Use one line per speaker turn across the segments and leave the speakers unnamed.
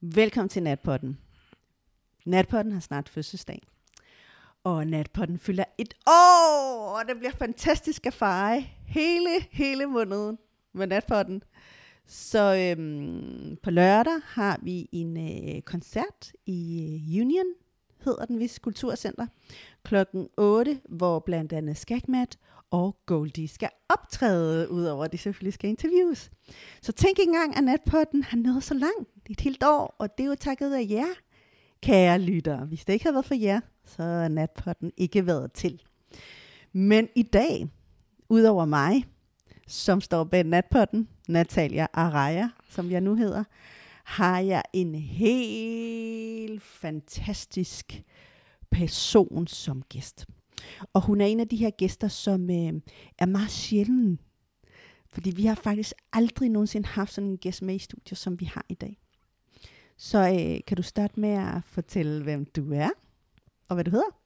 Velkommen til Natpotten. Natpotten har snart fødselsdag. Og Natpotten fylder et år, og det bliver fantastisk at fejre hele, hele måneden med Natpotten. Så øhm, på lørdag har vi en øh, koncert i øh, Union, hedder den vist, Kulturcenter, klokken 8, hvor blandt andet Skagmat og Goldie skal optræde, udover at de selvfølgelig skal interviews. Så tænk ikke engang, at natpotten har nået så langt. Det er et helt år, og det er jo takket af jer, kære lyttere. Hvis det ikke havde været for jer, så er natpotten ikke været til. Men i dag, udover mig, som står bag natpotten, Natalia Araya, som jeg nu hedder, har jeg en helt fantastisk person som gæst. Og hun er en af de her gæster, som øh, er meget sjælden. Fordi vi har faktisk aldrig nogensinde haft sådan en gæst med i studiet, som vi har i dag. Så øh, kan du starte med at fortælle, hvem du er, og hvad du hedder?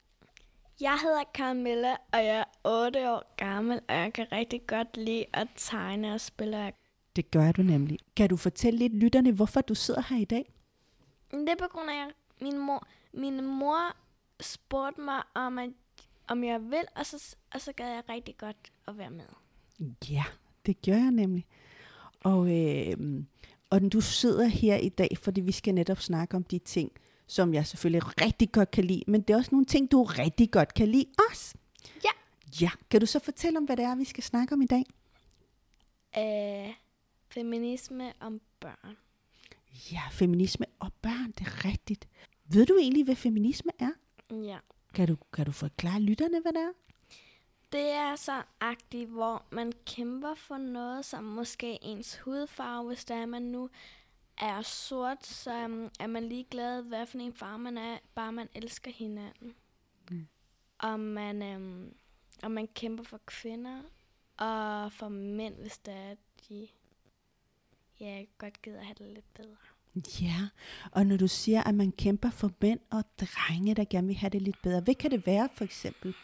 Jeg hedder Carmilla, og jeg er 8 år gammel, og jeg kan rigtig godt lide at tegne og spille.
Det gør du nemlig. Kan du fortælle lidt lytterne, hvorfor du sidder her i dag?
Men Det er på grund af, at min mor, min mor spurgte mig, om, at, om jeg vil, og så, og så gad jeg rigtig godt at være med.
Ja, det gør jeg nemlig. Og, øh, og du sidder her i dag, fordi vi skal netop snakke om de ting, som jeg selvfølgelig rigtig godt kan lide, men det er også nogle ting, du rigtig godt kan lide også.
Ja.
Ja, kan du så fortælle om, hvad det er, vi skal snakke om i dag?
Øh, feminisme om børn.
Ja, feminisme og børn, det er rigtigt. Ved du egentlig, hvad feminisme er?
Ja.
Kan du, kan du forklare lytterne, hvad det er?
Det er så agtigt, hvor man kæmper for noget, som måske ens hudfarve, hvis der er, man nu er sort, så um, er man ligeglad, hvad for en farve man er, bare man elsker hinanden. Mm. Og, man, um, og man kæmper for kvinder og for mænd, hvis der er, at de ja, godt gider have det lidt bedre.
Ja, og når du siger, at man kæmper for mænd og drenge, der gerne vil have det lidt bedre, hvad kan det være for eksempel?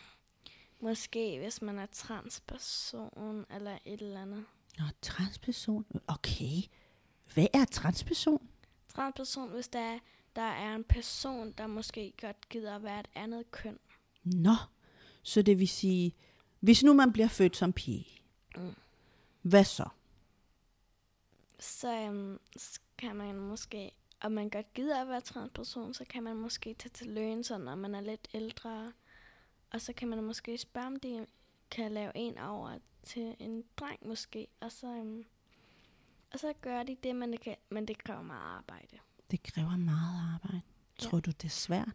Måske hvis man er transperson eller et eller andet.
Nå, transperson. Okay. Hvad er transperson?
Transperson, hvis der er, der er en person, der måske godt gider at være et andet køn.
Nå, så det vil sige, hvis nu man bliver født som pige, hvad så?
så, øhm, så kan man måske, og man godt gider at være transperson, så kan man måske tage til løn, så når man er lidt ældre. Og så kan man måske spørge, om de kan lave en over til en dreng måske, og så, øhm, og så gør de det, men det, kan, men det kræver meget arbejde.
Det kræver meget arbejde. Tror du, det er svært?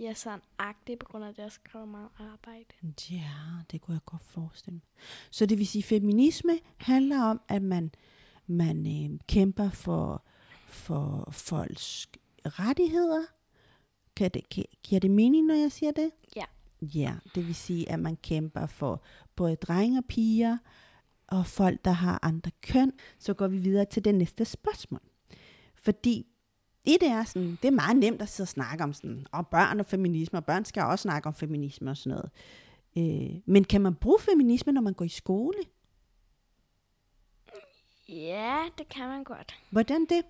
Ja, sådan agtigt, på grund af at det også kræver meget arbejde.
Ja, det kunne jeg godt forestille mig. Så det vil sige, at feminisme handler om, at man, man øh, kæmper for, for folks rettigheder. Kan det, gi- giver det mening, når jeg siger det?
Ja.
Ja, det vil sige, at man kæmper for både drenge og piger, og folk, der har andre køn. Så går vi videre til det næste spørgsmål. Fordi et er sådan, det er meget nemt at sidde og snakke om sådan, og børn og feminisme, og børn skal også snakke om feminisme og sådan noget. Øh, men kan man bruge feminisme, når man går i skole?
Ja, det kan man godt.
Hvordan det?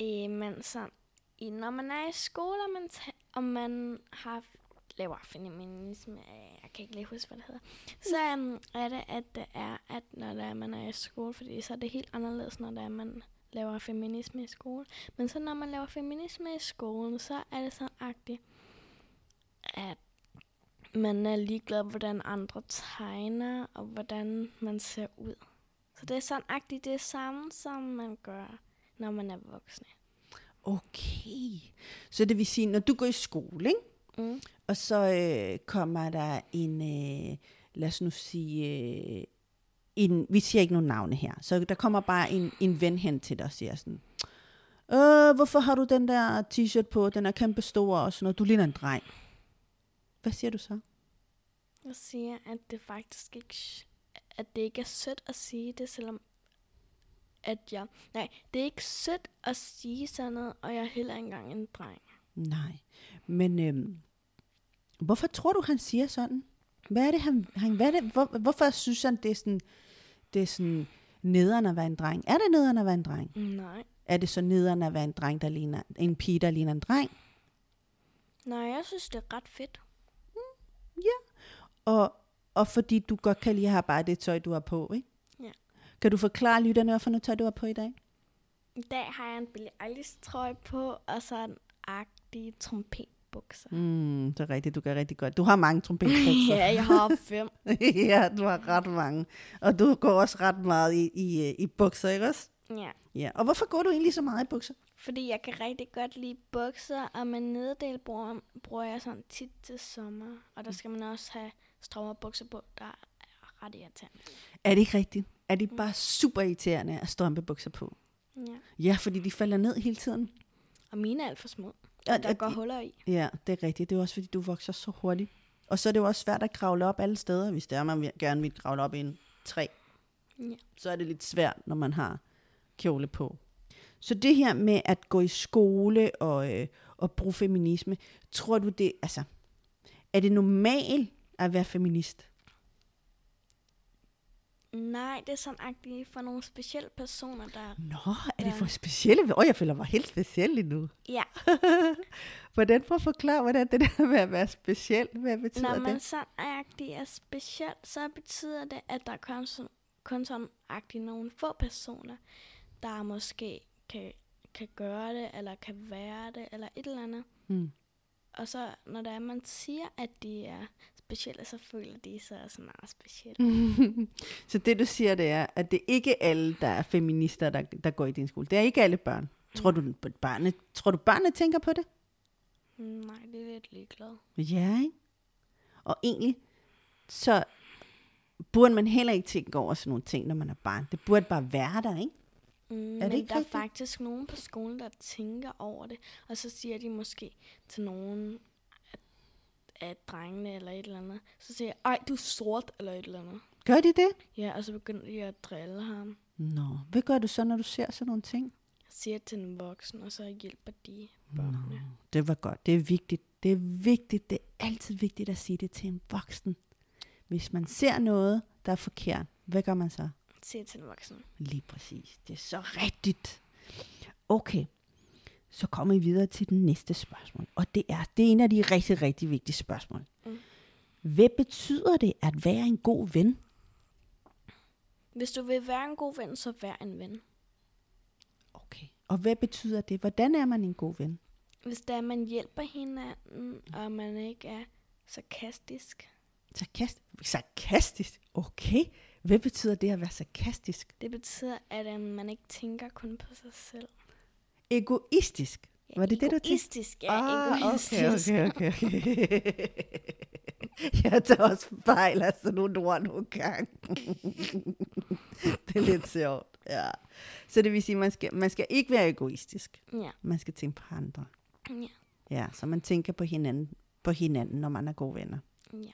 Øh, men sådan, i- når man er i skole, og man, ta- og man har laver feminisme, øh, jeg kan ikke lige huske, hvad det hedder, så um, er det, at det er, at når der er, man er i skole, fordi så er det helt anderledes, når der er, man laver feminisme i skole. Men så når man laver feminisme i skolen, så er det sådan agtigt, at man er ligeglad, hvordan andre tegner, og hvordan man ser ud. Så det er sådan agtigt det samme, som man gør, når man er voksne.
Okay. Så det vil sige, når du går i skole, ikke?
Mm.
og så øh, kommer der en, øh, lad os nu sige, øh, en, vi siger ikke nogen navne her, så der kommer bare en, en ven hen til dig og siger sådan, øh, hvorfor har du den der t-shirt på, den er kæmpe stor og sådan noget, du ligner en dreng. Hvad siger du så?
Jeg siger, at det faktisk ikke, s- at det ikke er sødt at sige det, selvom at jeg... Nej, det er ikke sødt at sige sådan noget, og jeg er heller ikke engang en dreng.
Nej, men øhm, hvorfor tror du, han siger sådan? Hvad er det, han, han hvad er det, hvor, hvorfor synes han, det er sådan, det er sådan nederen at være en dreng? Er det nederen at være en dreng?
Nej.
Er det så nederen at være en dreng, der ligner en pige, der ligner en dreng?
Nej, jeg synes, det er ret fedt.
Og, og fordi du godt kan lide at have bare det tøj, du har på, ikke?
Ja.
Kan du forklare lytterne, hvorfor noget tøj, du har på i dag?
I dag har jeg en Billie Eilish trøje på, og så en agtig trompetbukser.
Mm, det er rigtigt, du gør rigtig godt. Du har mange trompetbukser.
ja, jeg har fem.
ja, du har ret mange. Og du går også ret meget i, i, øh, i bukser, ikke også?
Ja.
Ja. Og hvorfor går du egentlig så meget i bukser?
Fordi jeg kan rigtig godt lide bukser, og med nederdel bruger, bruger jeg sådan tit til sommer. Og der skal man også have strømmerbukser på, der er ret irriterende.
Er det ikke rigtigt? Er det bare super irriterende at strømpebukser på?
Ja.
Ja, fordi de falder ned hele tiden.
Og mine er alt for små,
Ja,
og der
og
går
de-
huller i.
Ja, det er rigtigt. Det er jo også, fordi du vokser så hurtigt. Og så er det jo også svært at kravle op alle steder, hvis det er, man vil- gerne vil kravle op i en træ.
Ja.
Så er det lidt svært, når man har kjole på. Så det her med at gå i skole og, øh, og bruge feminisme, tror du det, altså, er det normalt at være feminist?
Nej, det er sådan agtigt for nogle specielle personer, der...
Nå, er det
Ja.
for specielle? Åh, oh, jeg føler mig helt speciel lige nu.
Ja,
Hvordan, prøv at forklare, hvordan det der med at være speciel, hvad betyder
når man
det?
sådan agtigt er speciel, så betyder det, at der kun, sådan- kun sådan agtigt nogle få personer, der måske kan, kan gøre det, eller kan være det, eller et eller andet.
Mm.
Og så når der er, man siger, at de er specielle, så føler de sig også meget specielle.
Så det du siger, det er, at det er ikke alle, der er feminister, der, der går i din skole. Det er ikke alle børn. Tror du, børnene, tror du, børnene tænker på det?
Mm. Nej, det er lidt ligeglad.
Ja, ikke? Og egentlig, så burde man heller ikke tænke over sådan nogle ting, når man er barn. Det burde bare være der, ikke?
Mm,
det
men
ikke
der er
rigtigt?
faktisk nogen på skolen, der tænker over det, og så siger de måske til nogen af, af drengene eller et eller andet, så siger jeg, ej, du er sort eller et eller andet.
Gør de det?
Ja, og så begynder de at drille ham.
Nå, hvad gør du så, når du ser sådan nogle ting?
Jeg siger det til en voksen, og så hjælper de børnene.
Det var godt. Det er vigtigt. Det er vigtigt. Det er altid vigtigt at sige det til en voksen. Hvis man ser noget, der er forkert, hvad gør man så?
Siger det til en voksen.
Lige præcis. Det er så rigtigt. Okay, så kommer vi videre til den næste spørgsmål. Og det er, det er en af de rigtig, rigtig vigtige spørgsmål.
Mm.
Hvad betyder det at være en god ven?
Hvis du vil være en god ven, så vær en ven.
Okay. Og hvad betyder det? Hvordan er man en god ven?
Hvis det er, at man hjælper hinanden, og man ikke er sarkastisk,
Sarkastisk. Sarkastisk? Okay. Hvad betyder det at være sarkastisk?
det betyder, at øh, man ikke tænker kun på sig selv.
Egoistisk.
Ja,
Var det det, du tænkte? Ah,
Egoistisk, ja, egoistisk.
Okay, okay, okay. jeg tager også fejl altså, af sådan nogle ord nogle gange. det er lidt sjovt, ja. Så det vil sige, at man skal, man skal ikke være egoistisk.
Ja,
Man skal tænke på andre.
ja,
Ja, så man tænker på hinanden, på hinanden når man er gode venner.
ja.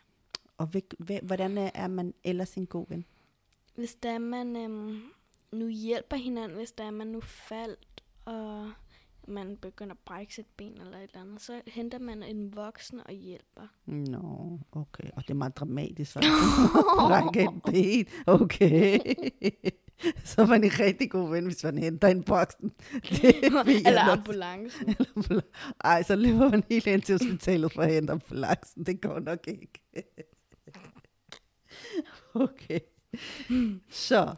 Og hvil- hvil- hvordan er- er man ellers en god ven?
Hvis det er, at man øhm, nu hjælper hinanden, hvis det er, at man nu faldt, og man begynder at brække sit ben eller et eller andet, så henter man en voksen og hjælper.
Nå, okay. Og det er meget dramatisk. Så brække et ben. Okay. så er man en rigtig god ven, hvis man henter en boksen. Det vil jeg
eller
nok
ambulancen.
Ej, så løber man helt ind til hospitalet for at hente ambulancen. Det går nok ikke. okay. Så,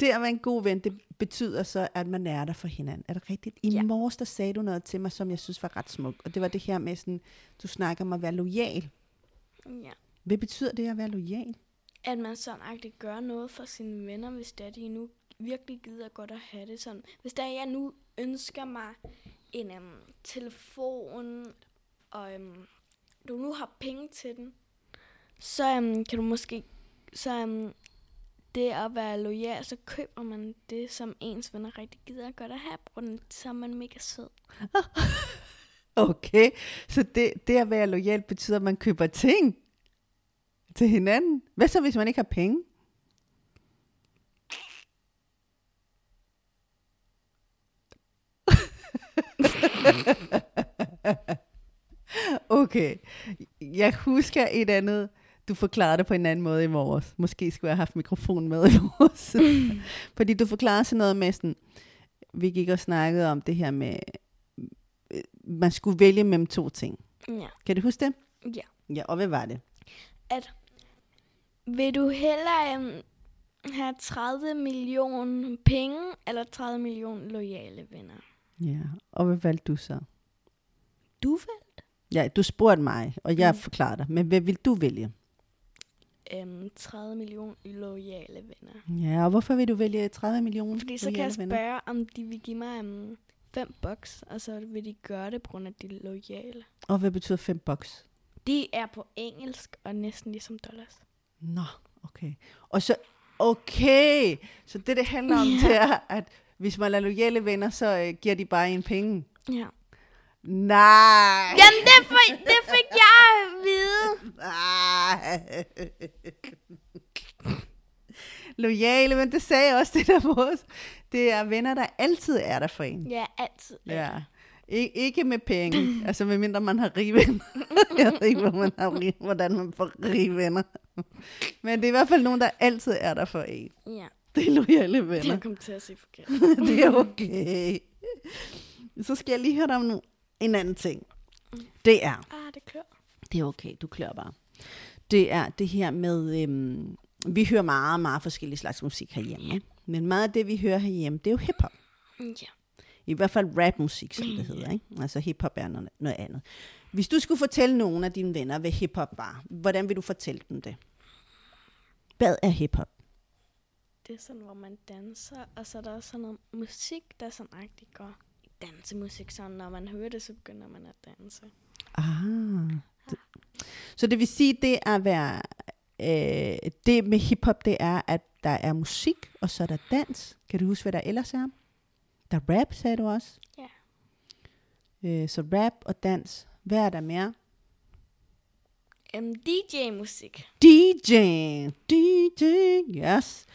det at være en god ven, det betyder så, at man er der for hinanden. Er det rigtigt? I ja.
Ja.
morges, der sagde du noget til mig, som jeg synes var ret smukt. Og det var det her med sådan, du snakker om at være lojal.
ja.
Hvad betyder det at være lojal?
at man sådan agtigt gør noget for sine venner, hvis det er, de nu virkelig gider godt at have det sådan. Hvis der jeg nu ønsker mig en um, telefon, og um, du nu har penge til den, så um, kan du måske, så um, det at være lojal, så køber man det, som ens venner rigtig gider godt at have, på grund af, så er man mega sød.
Okay, så det, det at være lojal betyder, at man køber ting til hinanden. Hvad så, hvis man ikke har penge? okay, jeg husker et andet. Du forklarede det på en anden måde i morges. Måske skulle jeg have haft mikrofonen med i morges. Fordi du forklarede sådan noget med sådan, vi gik og snakkede om det her med, øh, man skulle vælge mellem to ting.
Ja.
Kan du huske det?
ja.
Ja, og hvad var det?
Vil du hellere um, have 30 millioner penge, eller 30 millioner lojale venner?
Ja, og hvad valgte du så?
Du vil?
Ja, du spurgte mig, og jeg
Mm.
forklarede dig. Men hvad vil du vælge?
Um, 30 millioner lojale venner.
Ja, og hvorfor vil du vælge 30 millioner?
Fordi så kan jeg spørge, om de vil give mig um, fem bucks, og så vil de gøre det på grund af de er lojale.
Og hvad betyder 5 bucks?
De er på engelsk og næsten ligesom dollars.
Nå, okay. Og så, okay, så det det handler om,
Ja.
det er, at hvis man er lojale venner, så øh, giver de bare en penge.
Ja.
Nej!
Jamen, det, fik, det fik jeg at vide.
Nej. Lojale, men det sagde jeg også det der vores. Det er venner, der altid er der for en.
Ja, altid.
Ja. I, ikke med penge, altså medmindre man har rige venner. jeg ved ikke, hvor man har rige, hvordan man får rige venner. Men det er i hvert fald nogen, der altid er der for en.
Ja,
Det er lojale
det
venner.
jeg kom til at sige forkert.
det er okay. Så skal jeg lige høre dig om nu- en anden ting. Det er,
Ah, det klør.
det er okay, du klør bare. Det er det her med, øhm, vi hører meget, meget forskellige slags musik herhjemme. ikke? Men meget af det, vi hører herhjemme, det er jo hiphop.
Ja.
I hvert fald rapmusik, som det hedder. Ikke? Altså hiphop er noget, noget andet. Hvis du skulle fortælle nogen af dine venner, hvad hiphop var, hvordan vil du fortælle dem det? Hvad er hiphop?
Det er sådan, hvor man danser, og så er der også sådan noget musik, der sådan rigtig går i dansemusik. Så når man hører det, så begynder man at danse.
Ah. Det. Så det vil sige, det er at være... Øh, det med hiphop, det er, at der er musik, og så er der dans. Kan du huske, hvad der ellers er? Der er rap, sagde du også.
Ja.
Øh, så rap og dans. Hvad er der mere?
Um, DJ-musik.
DJ. DJ, yes.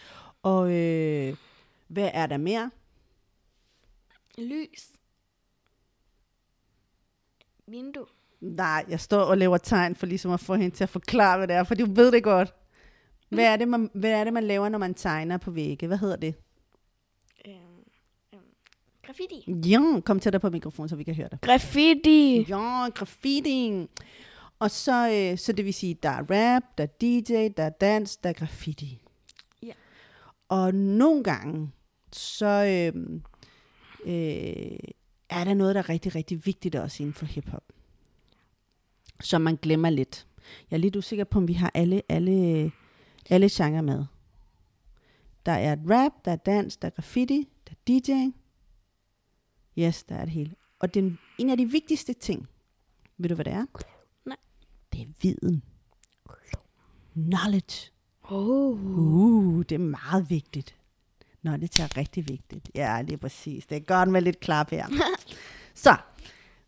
Og øh, hvad er der mere?
Lys. Vindue.
Nej, jeg står og laver tegn for ligesom at få hende til at forklare, hvad det er, for du ved det godt. Hvad er det, man, hvad er det, man laver, når man tegner på vægge? Hvad hedder det?
Um, um, graffiti.
Ja, kom tættere på mikrofonen, så vi kan høre dig.
Graffiti.
Ja, graffiti. Og så, øh, så det vil sige, der er rap, der er DJ, der er dans, der er graffiti.
Ja.
Og nogle gange, så øh, øh, er der noget, der er rigtig, rigtig vigtigt også inden for hiphop. Som man glemmer lidt. Jeg er lidt usikker på, om vi har alle, alle, alle genrer med. Der er et rap, der er dans, der er graffiti, der er DJ. Yes, der er det hele. Og den, en af de vigtigste ting, ved du hvad det er?
Nej.
Det er viden. Knowledge.
Oh.
Uh, det er meget vigtigt. Nå, det er rigtig vigtigt. Ja, det er præcis. Det er godt med lidt klap her. Så,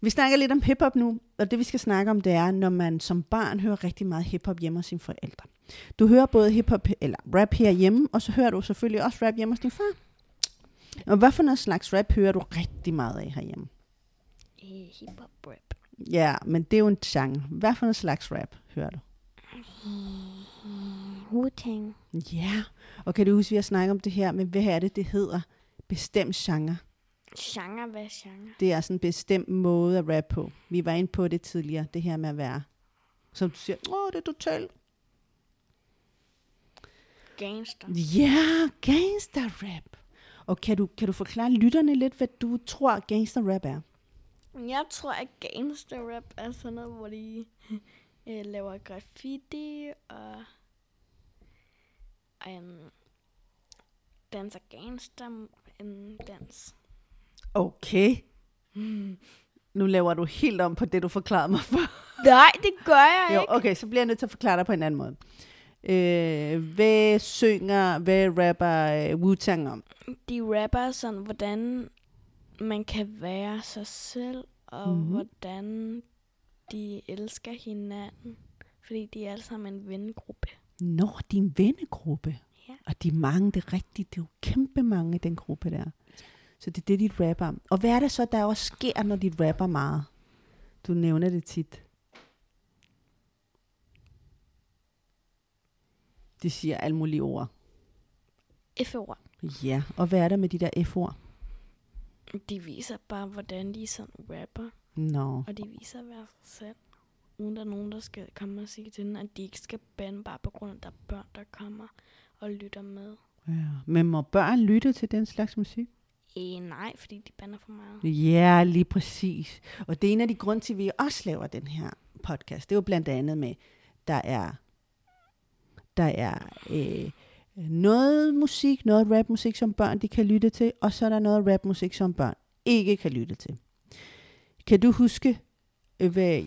vi snakker lidt om hiphop nu, og det vi skal snakke om, det er, når man som barn hører rigtig meget hiphop hjemme hos sine forældre. Du hører både hiphop eller rap herhjemme, og så hører du selvfølgelig også rap hjemme hos din far. Og hvad for noget slags rap hører du rigtig meget af herhjemme?
Eh, Hip-hop rap.
Ja, men det er jo en genre. Hvad for en slags rap hører du?
Wu-Tang.
Ja, og kan du huske, vi har snakket om det her, men hvad er det, det hedder? Bestemt genre.
Genre, hvad er genre?
Det er sådan en bestemt måde at rappe på. Vi var inde på det tidligere, det her med at være. Som du siger, åh, det er totalt.
Gangster.
Ja, gangster rap. Og kan du, kan du forklare lytterne lidt, hvad du tror gangster rap er?
Jeg tror, at gangster rap er sådan noget, hvor de øh, laver graffiti og um, danser gangster um, dans.
Okay. Nu laver du helt om på det, du forklarede mig før.
Nej, det gør jeg
Jo,
ikke.
okay, så bliver jeg nødt til at forklare dig på en anden måde. Øh, hvad synger, hvad rapper øh, Wu-Tang om?
De rapper sådan, hvordan man kan være sig selv, og
Mhm.
mm-hmm. hvordan de elsker hinanden. Fordi de er alle sammen en vennegruppe.
Når din vennegruppe.
Ja.
Og de er mange, det er rigtigt, det er jo kæmpe mange i den gruppe der. Så det er det, de rapper om. Og hvad er det så, der også sker, når de rapper meget? Du nævner det tit. De siger alle mulige ord.
F-ord.
Ja, og hvad er der med de der F-ord?
De viser bare, hvordan de sådan rapper.
Nå,
Og de viser hver sig selv. Uden der er nogen, der skal komme og sige til dem, at de ikke skal bande bare på grund af, at der er børn, der kommer og lytter med.
ja. men må børn lytte til den slags musik?
Øh, nej, fordi de bander for meget.
Ja, lige præcis. Og det er en af de grunde til, at vi også laver den her podcast. Det er jo blandt andet med, der er, der er øh, noget musik, noget rapmusik, som børn de kan lytte til, og så er der noget rapmusik, som børn ikke kan lytte til. Kan du huske, øh, hvad,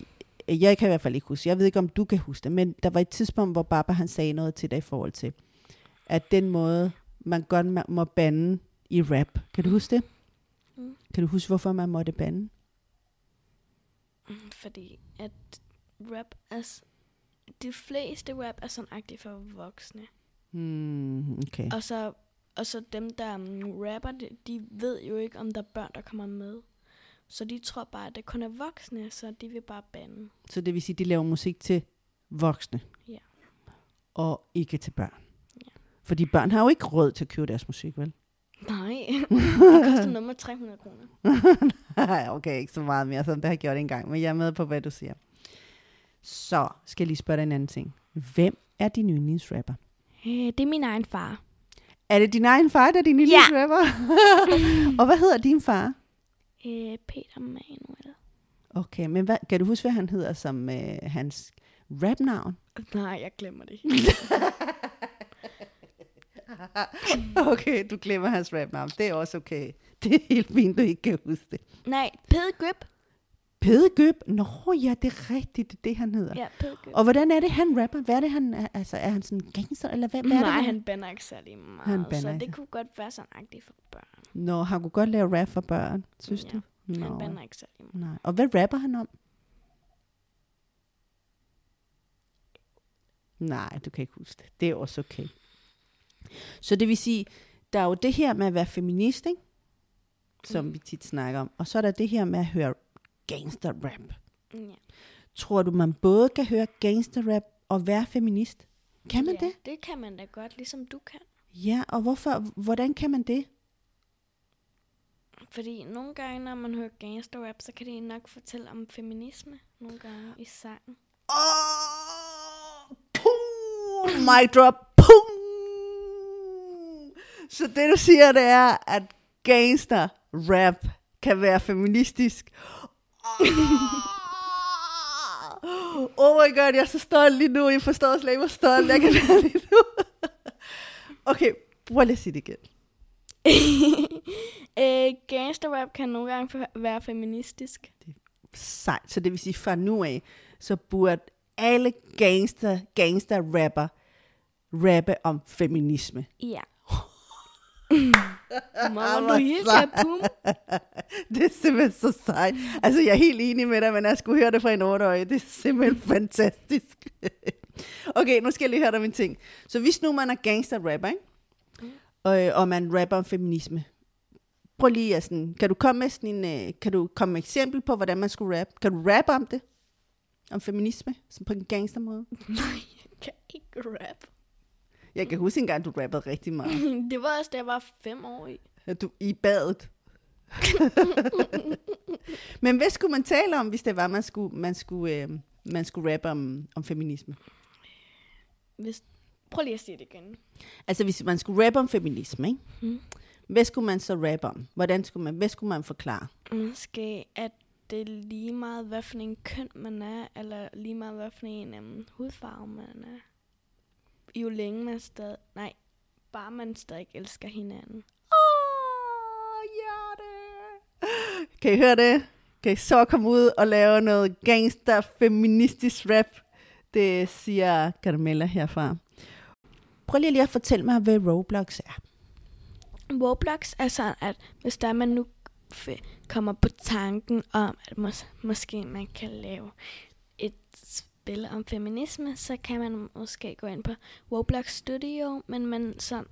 jeg kan i hvert fald ikke huske, jeg ved ikke, om du kan huske det, men der var et tidspunkt, hvor Baba han sagde noget til dig i forhold til, at den måde, man godt ma- må bande i rap. Kan du huske det? Kan du huske, hvorfor man måtte bande?
Mm, Fordi at rap er... s- De fleste rap er sådan agtigt for voksne.
Hmm, okay.
Og så, og så dem, der mm, rapper, de, de ved jo ikke, om der er børn, der kommer med. Så de tror bare, at det kun er voksne, så de vil bare bande.
Så det vil sige, at de laver musik til voksne.
Ja.
Og ikke til børn.
Ja.
Fordi børn har jo ikke råd til at købe deres musik, vel?
Nej, det koster nummer 300 kroner.
okay, ikke så meget mere, som det har jeg gjort engang. Men jeg er med på, hvad du siger. Så skal jeg lige spørge dig en anden ting. Hvem er din yndlingsrapper?
Øh, det er min egen far.
Er det din egen far, der er din yndlingsrapper? Ja. og hvad hedder din far?
Øh, Peter Manuel.
Okay, men hvad, kan du huske, hvad han hedder som øh, hans rapnavn?
Nej, jeg glemmer det.
Okay, du glemmer hans rapnavn. Det er også okay. Det er helt fint, du ikke kan huske det.
Nej, Pede Grip.
Pedegøb? Nå ja, det er rigtigt, det er det, han hedder. Ja.
Ja, Pede Grip.
Og hvordan er det, han rapper? Hvad er det, han er? Altså, er han sådan en gangster, eller hvad, hvad er det?
Nej, han bander ikke særlig meget,
Han bander
så
ikke.
det kunne godt være sådan agtigt for børn.
Nå, han kunne godt lave rap for børn, synes
Ja,
du?
Han
Nå.
bander ikke særlig meget.
Nej. Og hvad rapper han om? Nej, du kan ikke huske det. Det er også okay. Så det vil sige, der er jo det her med at være feminist, ikke? som
Mm.
vi tit snakker om. Og så er der det her med at høre gangster rap.
Ja.
Tror du, man både kan høre gangster rap og være feminist? Kan man
ja,
det?
det kan man da godt, ligesom du kan.
Ja, og hvorfor, hvordan kan man det?
Fordi nogle gange, når man hører gangster rap, så kan de nok fortælle om feminisme nogle gange i sangen.
Oh, pum, mic drop, pum. Så det du siger, det er, at gangster rap kan være feministisk. Oh, oh my god, jeg er så stolt lige nu. I forstår slet ikke, hvor stolt jeg kan være lige nu. Okay, prøv lige at sige det igen.
øh, gangster rap kan nogle gange f- være feministisk.
Sejt. Så det vil sige, fra nu af, så burde alle gangster, gangster rapper rappe om feminisme.
Ja. Mama, du hilser, pum.
Det er simpelthen så sejt. Altså, jeg er helt enig med dig, men jeg skulle høre det fra en 8-årig. Det er simpelthen fantastisk. okay, nu skal jeg lige høre dig om en ting. Så hvis nu man er gangster-rapper, ikke? Og, øh, og man rapper om feminisme. Prøv lige at sådan, kan du komme med sådan en, øh, kan du komme med eksempel på, hvordan man skulle rappe? Kan du rappe om det? Om feminisme? Sådan på en gangstermåde?
Nej, jeg kan ikke rap.
Jeg kan huske engang, du rappede rigtig meget.
Det var også, da jeg var fem år i.
At Øh, Du i badet. Men hvad skulle man tale om, hvis det var, man skulle, man skulle, øh, man skulle rappe om, om feminisme?
Hvis... Prøv lige at sige det igen.
Altså, hvis man skulle rappe om feminisme, ikke?
Mm.
hvad skulle man så rappe om? Hvordan skulle man, hvad skulle man forklare?
Måske, at det er lige meget, hvad for en køn man er, eller lige meget, hvad for en um, hudfarve man er. Jo længe man stadig... Nej, bare man stadig elsker hinanden.
Åh, hjerte! Kan I høre det? Kan I så komme ud og lave noget gangster-feministisk rap? Det siger Carmella herfra. Prøv lige at fortælle mig, hvad Roblox er.
Roblox er sådan, at hvis der man nu f- kommer på tanken om, at mås- måske man kan lave et spil om feminisme, så kan man måske gå ind på Roblox Studio, men man, så,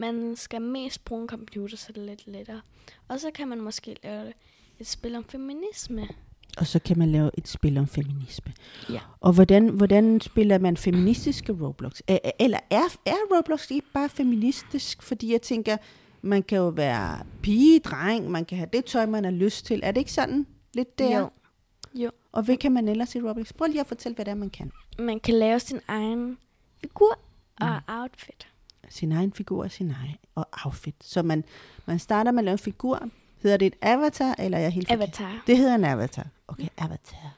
man skal mest bruge en computer, så det er lidt lettere. Og så kan man måske lave et spil om feminisme.
Og så kan man lave et spil om feminisme.
Ja.
Og hvordan, hvordan spiller man feministiske Roblox? Æ, eller er, er Roblox ikke bare feministisk? Fordi jeg tænker, man kan jo være pige, dreng, man kan have det tøj, man har lyst til. Er det ikke sådan lidt der?
Jo. Jo.
Og hvad kan man ellers i Roblox? Prøv lige at fortælle, hvad det er, man kan.
Man kan lave sin egen figur og outfit.
sin egen figur og sin egen og outfit. Så man, man starter med at lave en figur. Hedder det et avatar, eller er jeg helt forkert?
Avatar.
Det hedder en avatar. Okay, avatar.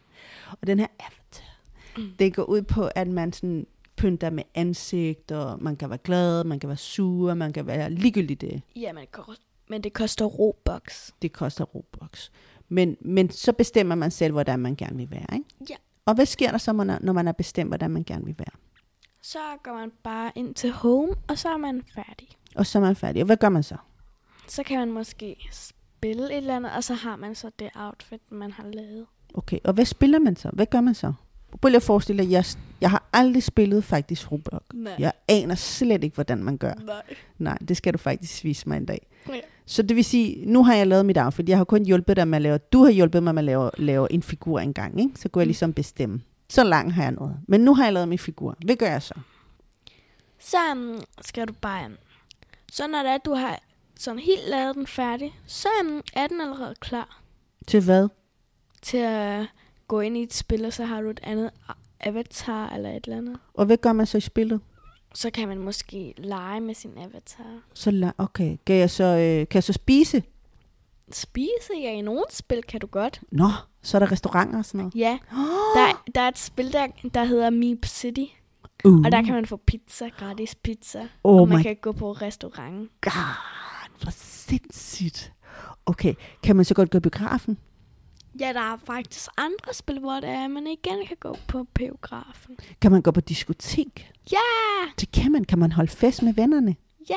Og den her avatar, mm. det går ud på, at man sådan pynter med ansigt, og man kan være glad, man kan være sur, man kan være ligegyldig det.
Ja, men det, koster, men det koster Robux.
Det koster Robux. Men, men så bestemmer man selv, hvordan man gerne vil være, ikke?
Ja.
Og hvad sker der så, når man er- når man har bestemt, hvordan man gerne vil være?
Så går man bare ind til home, og så er man færdig.
Og så er man færdig. Og hvad gør man så?
Så kan man måske spille et eller andet, og så har man så det outfit, man har lavet.
Okay, og hvad spiller man så? Hvad gør man så? Prøv lige at forestille dig, jeg, jeg har aldrig spillet faktisk Roblox.
Nej.
Jeg aner slet ikke, hvordan man gør.
Nej.
Nej, det skal du faktisk vise mig en dag.
Ja.
Så det vil sige, nu har jeg lavet mit outfit. Jeg har kun hjulpet dig med at lave... Du har hjulpet mig med at lave, lave en figur engang, ikke? Så kunne
Mm.
jeg ligesom bestemme. Så langt har jeg nået. Men nu har jeg lavet min figur. Hvad gør jeg så?
Så um, skal du bare... Um, så når det er, du har sådan helt lavet den færdig, så um, er den allerede klar
Til hvad?
til at gå ind i et spil, og så har du et andet a- avatar eller et eller andet.
Og hvad gør man så i spillet?
Så kan man måske lege med sin avatar.
Så la- okay, kan jeg så, øh, kan jeg så spise?
Spise, ja, i nogle spil kan du godt.
Nå, så er der restauranter og sådan noget.
Ja, der, der er et spil, der, der hedder Meep City,
Uh.
og der kan man få pizza, gratis pizza.
Oh
og man
my
kan gå på restaurant.
God, hvor sindssygt. Okay, kan man så godt gå i biografen?
Ja, der er faktisk andre spil, hvor det er, at man igen kan gå på biografen.
Kan man gå på diskotek?
Ja!
Det kan man. Kan man holde fest med vennerne?
Ja!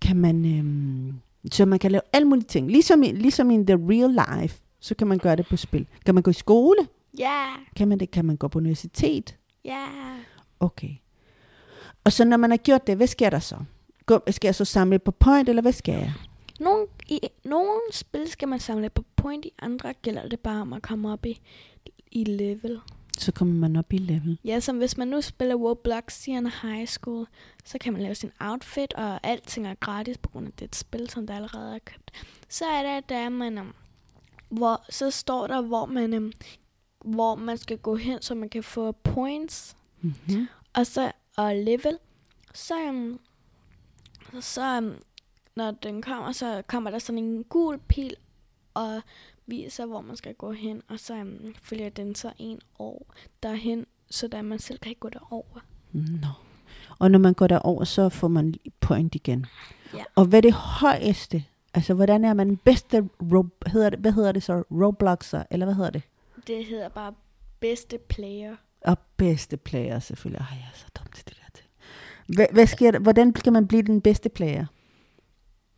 Kan man, øhm, så man kan lave alle mulige ting. Ligesom, i, ligesom in the real life, så kan man gøre det på spil. Kan man gå i skole?
Ja!
Kan man det? Kan man gå på universitet?
Ja!
Okay. Og så når man har gjort det, hvad sker der så? Gå- Skal jeg så samle på point, eller hvad skal jeg?
Nogle, i, nogle spil skal man samle på point, i andre gælder det bare om at komme op i, i level.
Så kommer man op i level.
Ja, som hvis man nu spiller Roblox Sian High School, så kan man lave sin outfit, og alting er gratis på grund af det spil, som der allerede er købt. Så er det, at der er man, um, hvor, så står der, hvor man, um, hvor man skal gå hen, så man kan få points
Mm-hmm.
og så og level. Så, um, så um, når den kommer, så kommer der sådan en gul pil og viser, hvor man skal gå hen, og så um, følger den så en år derhen, så der man selv kan gå derover.
Mm-hmm. Nå. Og når man går derover, så får man point igen.
Ja.
Og hvad er det højeste? Altså, hvordan er man den bedste... Ro- hedder det, hvad hedder det så? Robloxer, eller hvad hedder det?
Det hedder bare bedste player.
Og bedste player, selvfølgelig. Ej, jeg er så dum til det der til. Hvad, hvad sker der? Hvordan skal man blive den bedste player?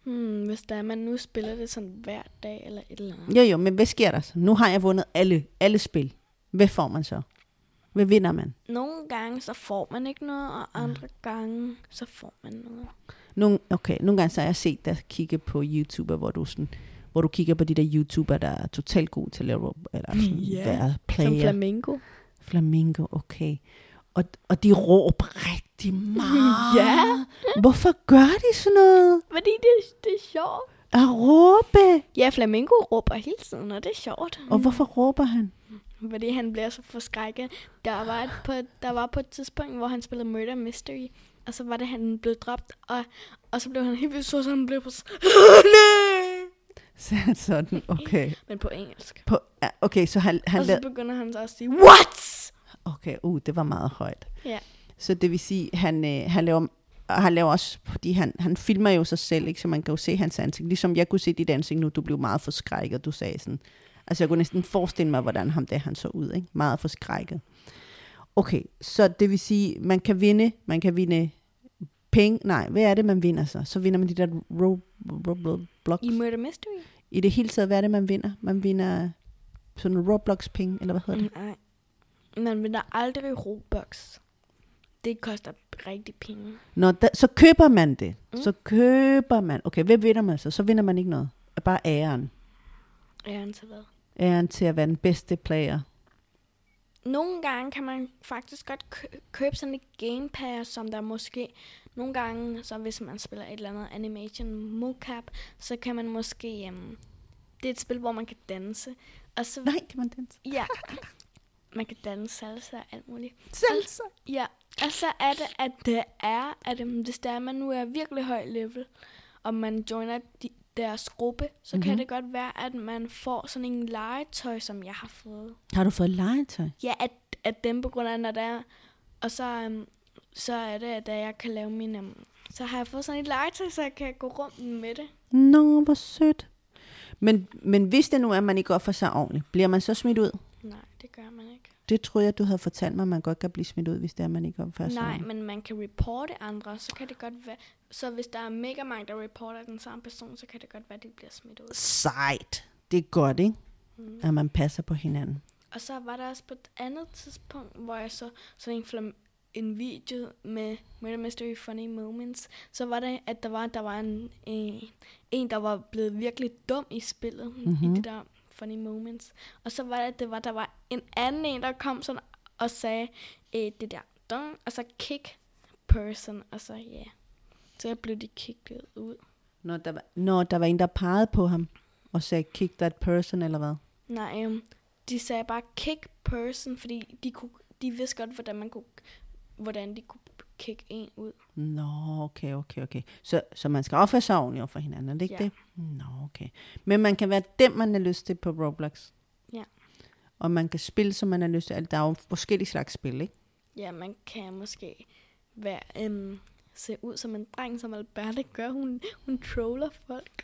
Hmm, hvis der er, man nu spiller det sådan hver dag eller et eller andet.
Jo, jo, men hvad sker der så? Nu har jeg vundet alle, alle spil. Hvad får man så? Hvad vinder man?
Nogle gange, så får man ikke noget, og andre gange, så får man noget.
Nogle, okay, nogle gange så har jeg set dig kigge på YouTuber, hvor du sådan hvor du kigger på de der YouTuber, der er totalt gode til at lave Rob- eller sådan,
Ja,
være
Som
player.
flamingo.
Flamingo, okay. Og, og de råber rigtig meget.
Ja.
Hvorfor gør de sådan noget?
Fordi det, det er sjovt.
At råbe?
Ja, Flamingo råber hele tiden, og det er sjovt.
Og hvorfor råber han?
Fordi han bliver så forskrækket. Der var, et, på, der var på et tidspunkt, hvor han spillede Murder Mystery, og så var det, han blev dræbt, og, og så blev han helt vildt sur, så han blev på... s- Nej!
Så han sådan, okay.
Men på engelsk.
På, ja, okay, så han, han
Og så
lavede...
begynder han så at sige, What?
Okay, uh, det var meget højt.
Ja.
Så det vil sige, han, øh, han laver og han laver også, fordi han, han filmer jo sig selv, ikke? så man kan jo se hans ansigt. Ligesom jeg kunne se dit ansigt nu, du blev meget forskrækket, du sagde sådan. Altså jeg kunne næsten forestille mig, hvordan ham der han så ud, ikke? meget forskrækket. Okay, så det vil sige, man kan vinde, man kan vinde penge, nej, hvad er det, man vinder så? Så vinder man de der ro, ro, ro, blocks.
I Murder Mystery?
I det hele taget, hvad er det, man vinder? Man vinder sådan Roblox-penge, eller hvad hedder det?
Mm, Nej. Man vinder aldrig Robux. Det koster rigtig penge.
Mm. Nå, da, så køber man det. Mm. Så køber man. Okay, hvad vinder man så? Så vinder man ikke noget. er bare æren.
Æren til hvad?
Æren til at være den bedste player.
Nogle gange kan man faktisk godt kø- købe sådan et game pass, som der måske nogle gange, så hvis man spiller et eller andet animation mocap, så kan man måske, um, det er et spil, hvor man kan danse. Og så,
Nej, kan man danse?
ja, man kan danse salsa og alt muligt.
Salsa!
Ja, og så er det, at det er, at øhm, hvis der er, man nu er virkelig høj level, og man joiner de, deres gruppe, så mm-hmm.
Mhm.
kan det godt være, at man får sådan en legetøj, som jeg har fået.
Har du fået legetøj?
Ja, at, at dem på grund af, når der er... Og så, um, så er det, at jeg kan lave min... Um, så har jeg fået sådan et legetøj, så jeg kan gå rundt med det.
Nå, hvor sødt. Men, men hvis det nu er, at man ikke opfører sig ordentligt, bliver man så smidt ud?
Nej, det gør man ikke.
Det tror jeg, du havde fortalt mig, at man godt kan blive smidt ud, hvis det er, at man ikke opfører sig
Nej,
ordentligt.
men man kan reporte andre, så kan det godt være... Så hvis der er mega mange, der reporter den samme person, så kan det godt være, at de bliver smidt ud.
Sejt. Det er godt, ikke? Mm. At man passer på hinanden.
Og så var der også på et andet tidspunkt, hvor jeg så sådan en, flam- en video med Murder Mystery Funny Moments. Så var det, at der var, der var en, en, en, der var blevet virkelig dum i spillet, mm-hmm. i det der Funny Moments. Og så var det, at det var, der var en anden en, der kom sådan og sagde øh, det der dum, og så kick person, og så ja. Yeah. Så blev de kigget ud.
Når der, var, når der var en, der pegede på ham og sagde, kick that person, eller hvad?
Nej, øhm, de sagde bare kick person, fordi de, kunne, de vidste godt, hvordan, man kunne, hvordan de kunne kick en ud.
Nå, okay, okay, okay. Så, så man skal opføre sig ordentligt over for hinanden, er det ikke
Ja.
det? Nå, okay. Men man kan være den, man har lyst til på Roblox.
Ja.
Og man kan spille, som man har lyst til. Altså, Der er jo forskellige slags spil, ikke?
Ja, man kan måske være, øhm, se ud som en dreng, som Alberte gør. Hun, hun troller folk.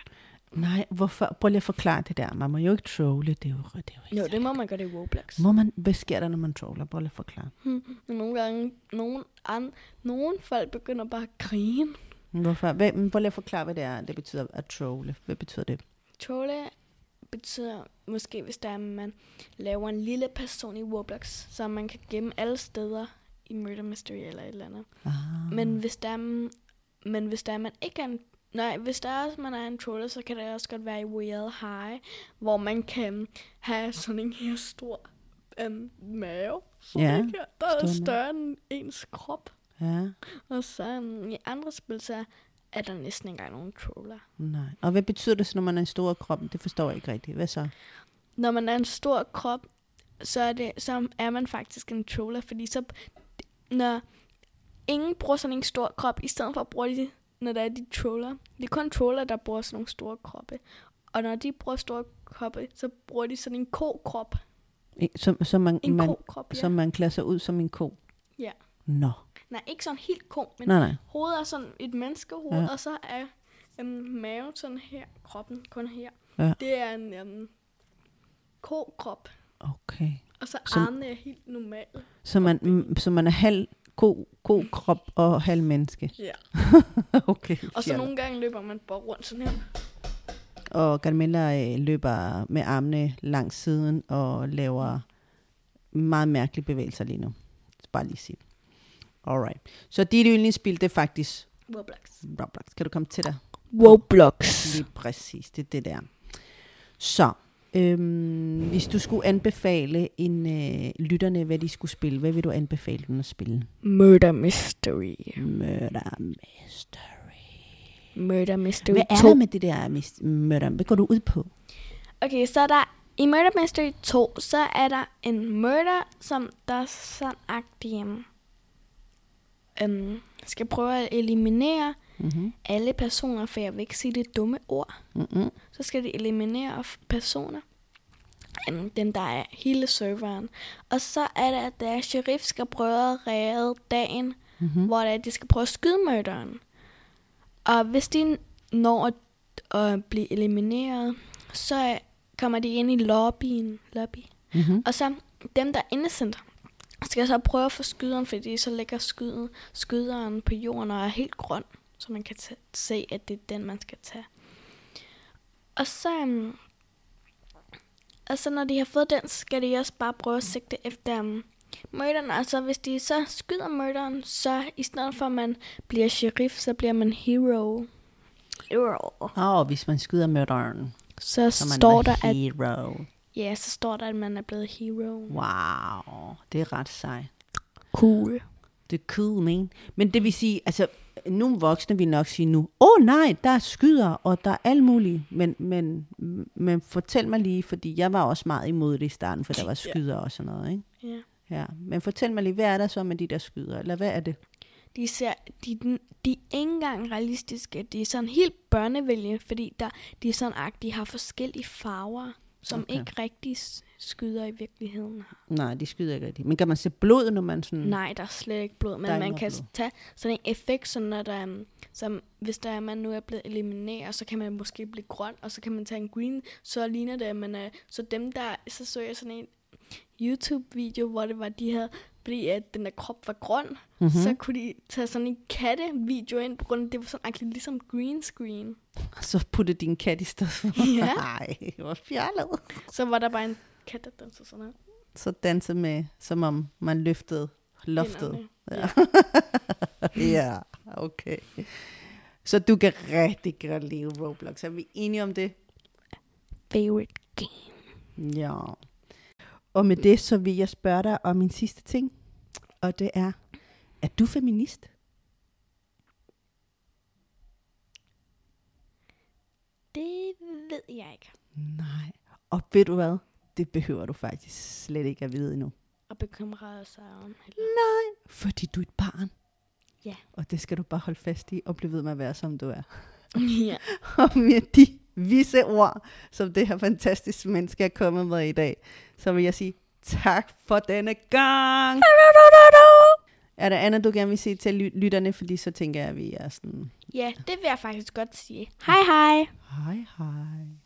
Nej, hvorfor? Prøv lige at forklare det der. Man må jo ikke trolle, det er jo, det er jo ikke
Jo, det må man gøre det i Roblox.
Må man, hvad sker der, når man troller? Prøv lige at forklare.
Hm, Men nogle gange, nogen, an, nogen folk begynder bare at grine.
Hvorfor? Hvad, men prøv lige at forklare, hvad det er, det betyder at trolle. Hvad betyder det?
Trolle betyder måske, hvis der er, man laver en lille person i Roblox, så man kan gemme alle steder i Murder Mystery eller et eller andet.
Ah.
Men hvis der er, men hvis der er, man ikke er en, nej, hvis der er, man er en troller, så kan det også godt være i Weird High, hvor man kan have sådan en her stor um, mave, sådan
Ja,
ja, her, der er
stor
større end ens krop.
Ah, Ja,
Og så um, i andre spil, så er der næsten ikke engang nogen troller.
nej. Og hvad betyder det så, når man er en stor krop? Det forstår jeg ikke rigtigt. Hvad så?
Når man er en stor krop, så er, det, så er man faktisk en troller, fordi så, når ingen bruger sådan en stor krop, i stedet for at bruge de, når der er de troller. Det er kun troller, der bruger sådan nogle store kroppe. Og når de bruger store kroppe, så bruger de sådan en ko-krop.
I- Så, så man,
En
man,
ko-krop, ja.
Så man klæder sig ud som en ko?
Ja.
Nå,
Nej, ikke sådan helt ko, men
nej, nej.
hovedet er sådan et menneskehoved,
Ja.
ja. og så er øhm, maven sådan her, kroppen kun her.
Ja.
Det er en øhm, ko-krop,
Okay.
og så
Som-
armene er helt normale.
Så man, mm, så man er halv ko, ko krop og halv menneske?
Ja.
okay.
Og så
fjollet.
nogle gange løber man bare rundt sådan her.
Og Carmilla øh, løber med armene langs siden og laver meget mærkelige bevægelser lige nu. Bare lige sige. Alright. Så dit yndlingsspil, det er faktisk
Roblox.
Roblox. Kan du komme til dig?
Roblox.
Lige præcis, det er det der. Så, øhm, hvis du skulle anbefale en, øh, lytterne, hvad de skulle spille, hvad vil du anbefale dem at spille?
Murder Mystery.
Murder Mystery.
Murder Mystery
Hvad er
2.
der med det der mis- murder? Hvad går du ud på?
Okay, så er der i Murder Mystery 2, så er der en murder, som der sådan agtig um, um, skal prøve at eliminere
Mm-hmm.
alle personer, for jeg vil ikke sige det dumme ord.
Mm-hmm.
Så skal de eliminere f- personer. Um, dem, der er hele serveren. Og så er der, at der sheriff skal prøve at redde dagen
Mm-hmm.
hvor det er, at de skal prøve at skyde mørderen. Og hvis de når at, at blive elimineret, så kommer de ind i lobbyen. Lobby.
Mm-hmm.
Og så dem, der er innocent, skal så prøve at få skyderen, fordi så ligger skyden, skyderen på jorden og er helt grøn, så man kan tæ- se, at det er den, man skal tage. Og så, øhm, og så når de har fået den, skal de også bare prøve at sigte efter um, mørderen. Og så hvis de så skyder mørderen, så i stedet for at man bliver sheriff, så bliver man hero. Hero.
Og hvis man skyder mørderen.
Så,
Så man
står
var
der, at,
hero. At...
ja, så står der, at man er blevet hero.
Wow, det er ret sejt.
Cool.
Det er cool, man. Men det vil sige, altså, nogle voksne vil nok sige nu, åh oh, nej, der er skyder, og der er alt muligt. Men, men, men fortæl mig lige, fordi jeg var også meget imod det i starten, for der var
Ja.
skyder og sådan noget, ikke?
Ja.
Ja. Men fortæl mig lige, hvad er der så med de der skyder, eller hvad er det?
De, ser, de, de er ikke engang realistiske. De er sådan helt børnevilje, fordi der, de er sådan agt, de har forskellige farver, som
Okay.
okay. ikke rigtig s- skyder i virkeligheden. har.
Nej, de skyder ikke rigtigt. Men kan man se blod, når man sådan...
Mm. Nej, der er slet ikke blod, men
Der er ikke
man
noget
kan
blod.
tage sådan en effekt, sådan når der, øhm, som, hvis der er, man nu er blevet elimineret, så kan man måske blive grøn, og så kan man tage en green, så ligner det, at man er, så dem der, så så jeg sådan en YouTube-video, hvor det var, de havde, fordi at den der krop var grøn,
Mm-hmm.
Mm-hmm. Så
Så...
kunne de tage sådan en kattevideo ind, på grund af, det var sådan egentlig ligesom green screen.
så putte din kat i stedet for.
Ja.
Nej, hvor fjollet.
Så var der bare en kat, der dansede sådan her.
Så danse med, som om man løftede loftet.
Hænderne.
Ja. ja, okay. Så du kan rigtig godt leve Roblox. Er vi enige om det?
Favorite game.
Ja. Og med det, så vil jeg spørge dig om min sidste ting. Og det er, er du feminist?
Det ved jeg ikke.
Nej. Og ved du hvad? Det behøver du faktisk slet ikke at vide endnu.
Og bekymrede sig om. Eller.
Nej, fordi du er et barn.
Ja.
Og det skal du bare holde fast i og blive ved med at være, som du er.
ja.
og med de visse ord, som det her fantastiske menneske er kommet med i dag, så vil jeg sige tak for denne gang. Er der andet, du gerne vil sige til ly- lytterne? Fordi så tænker jeg, at vi er sådan...
ja, det vil jeg faktisk godt sige. Hej hej.
Hej, hej.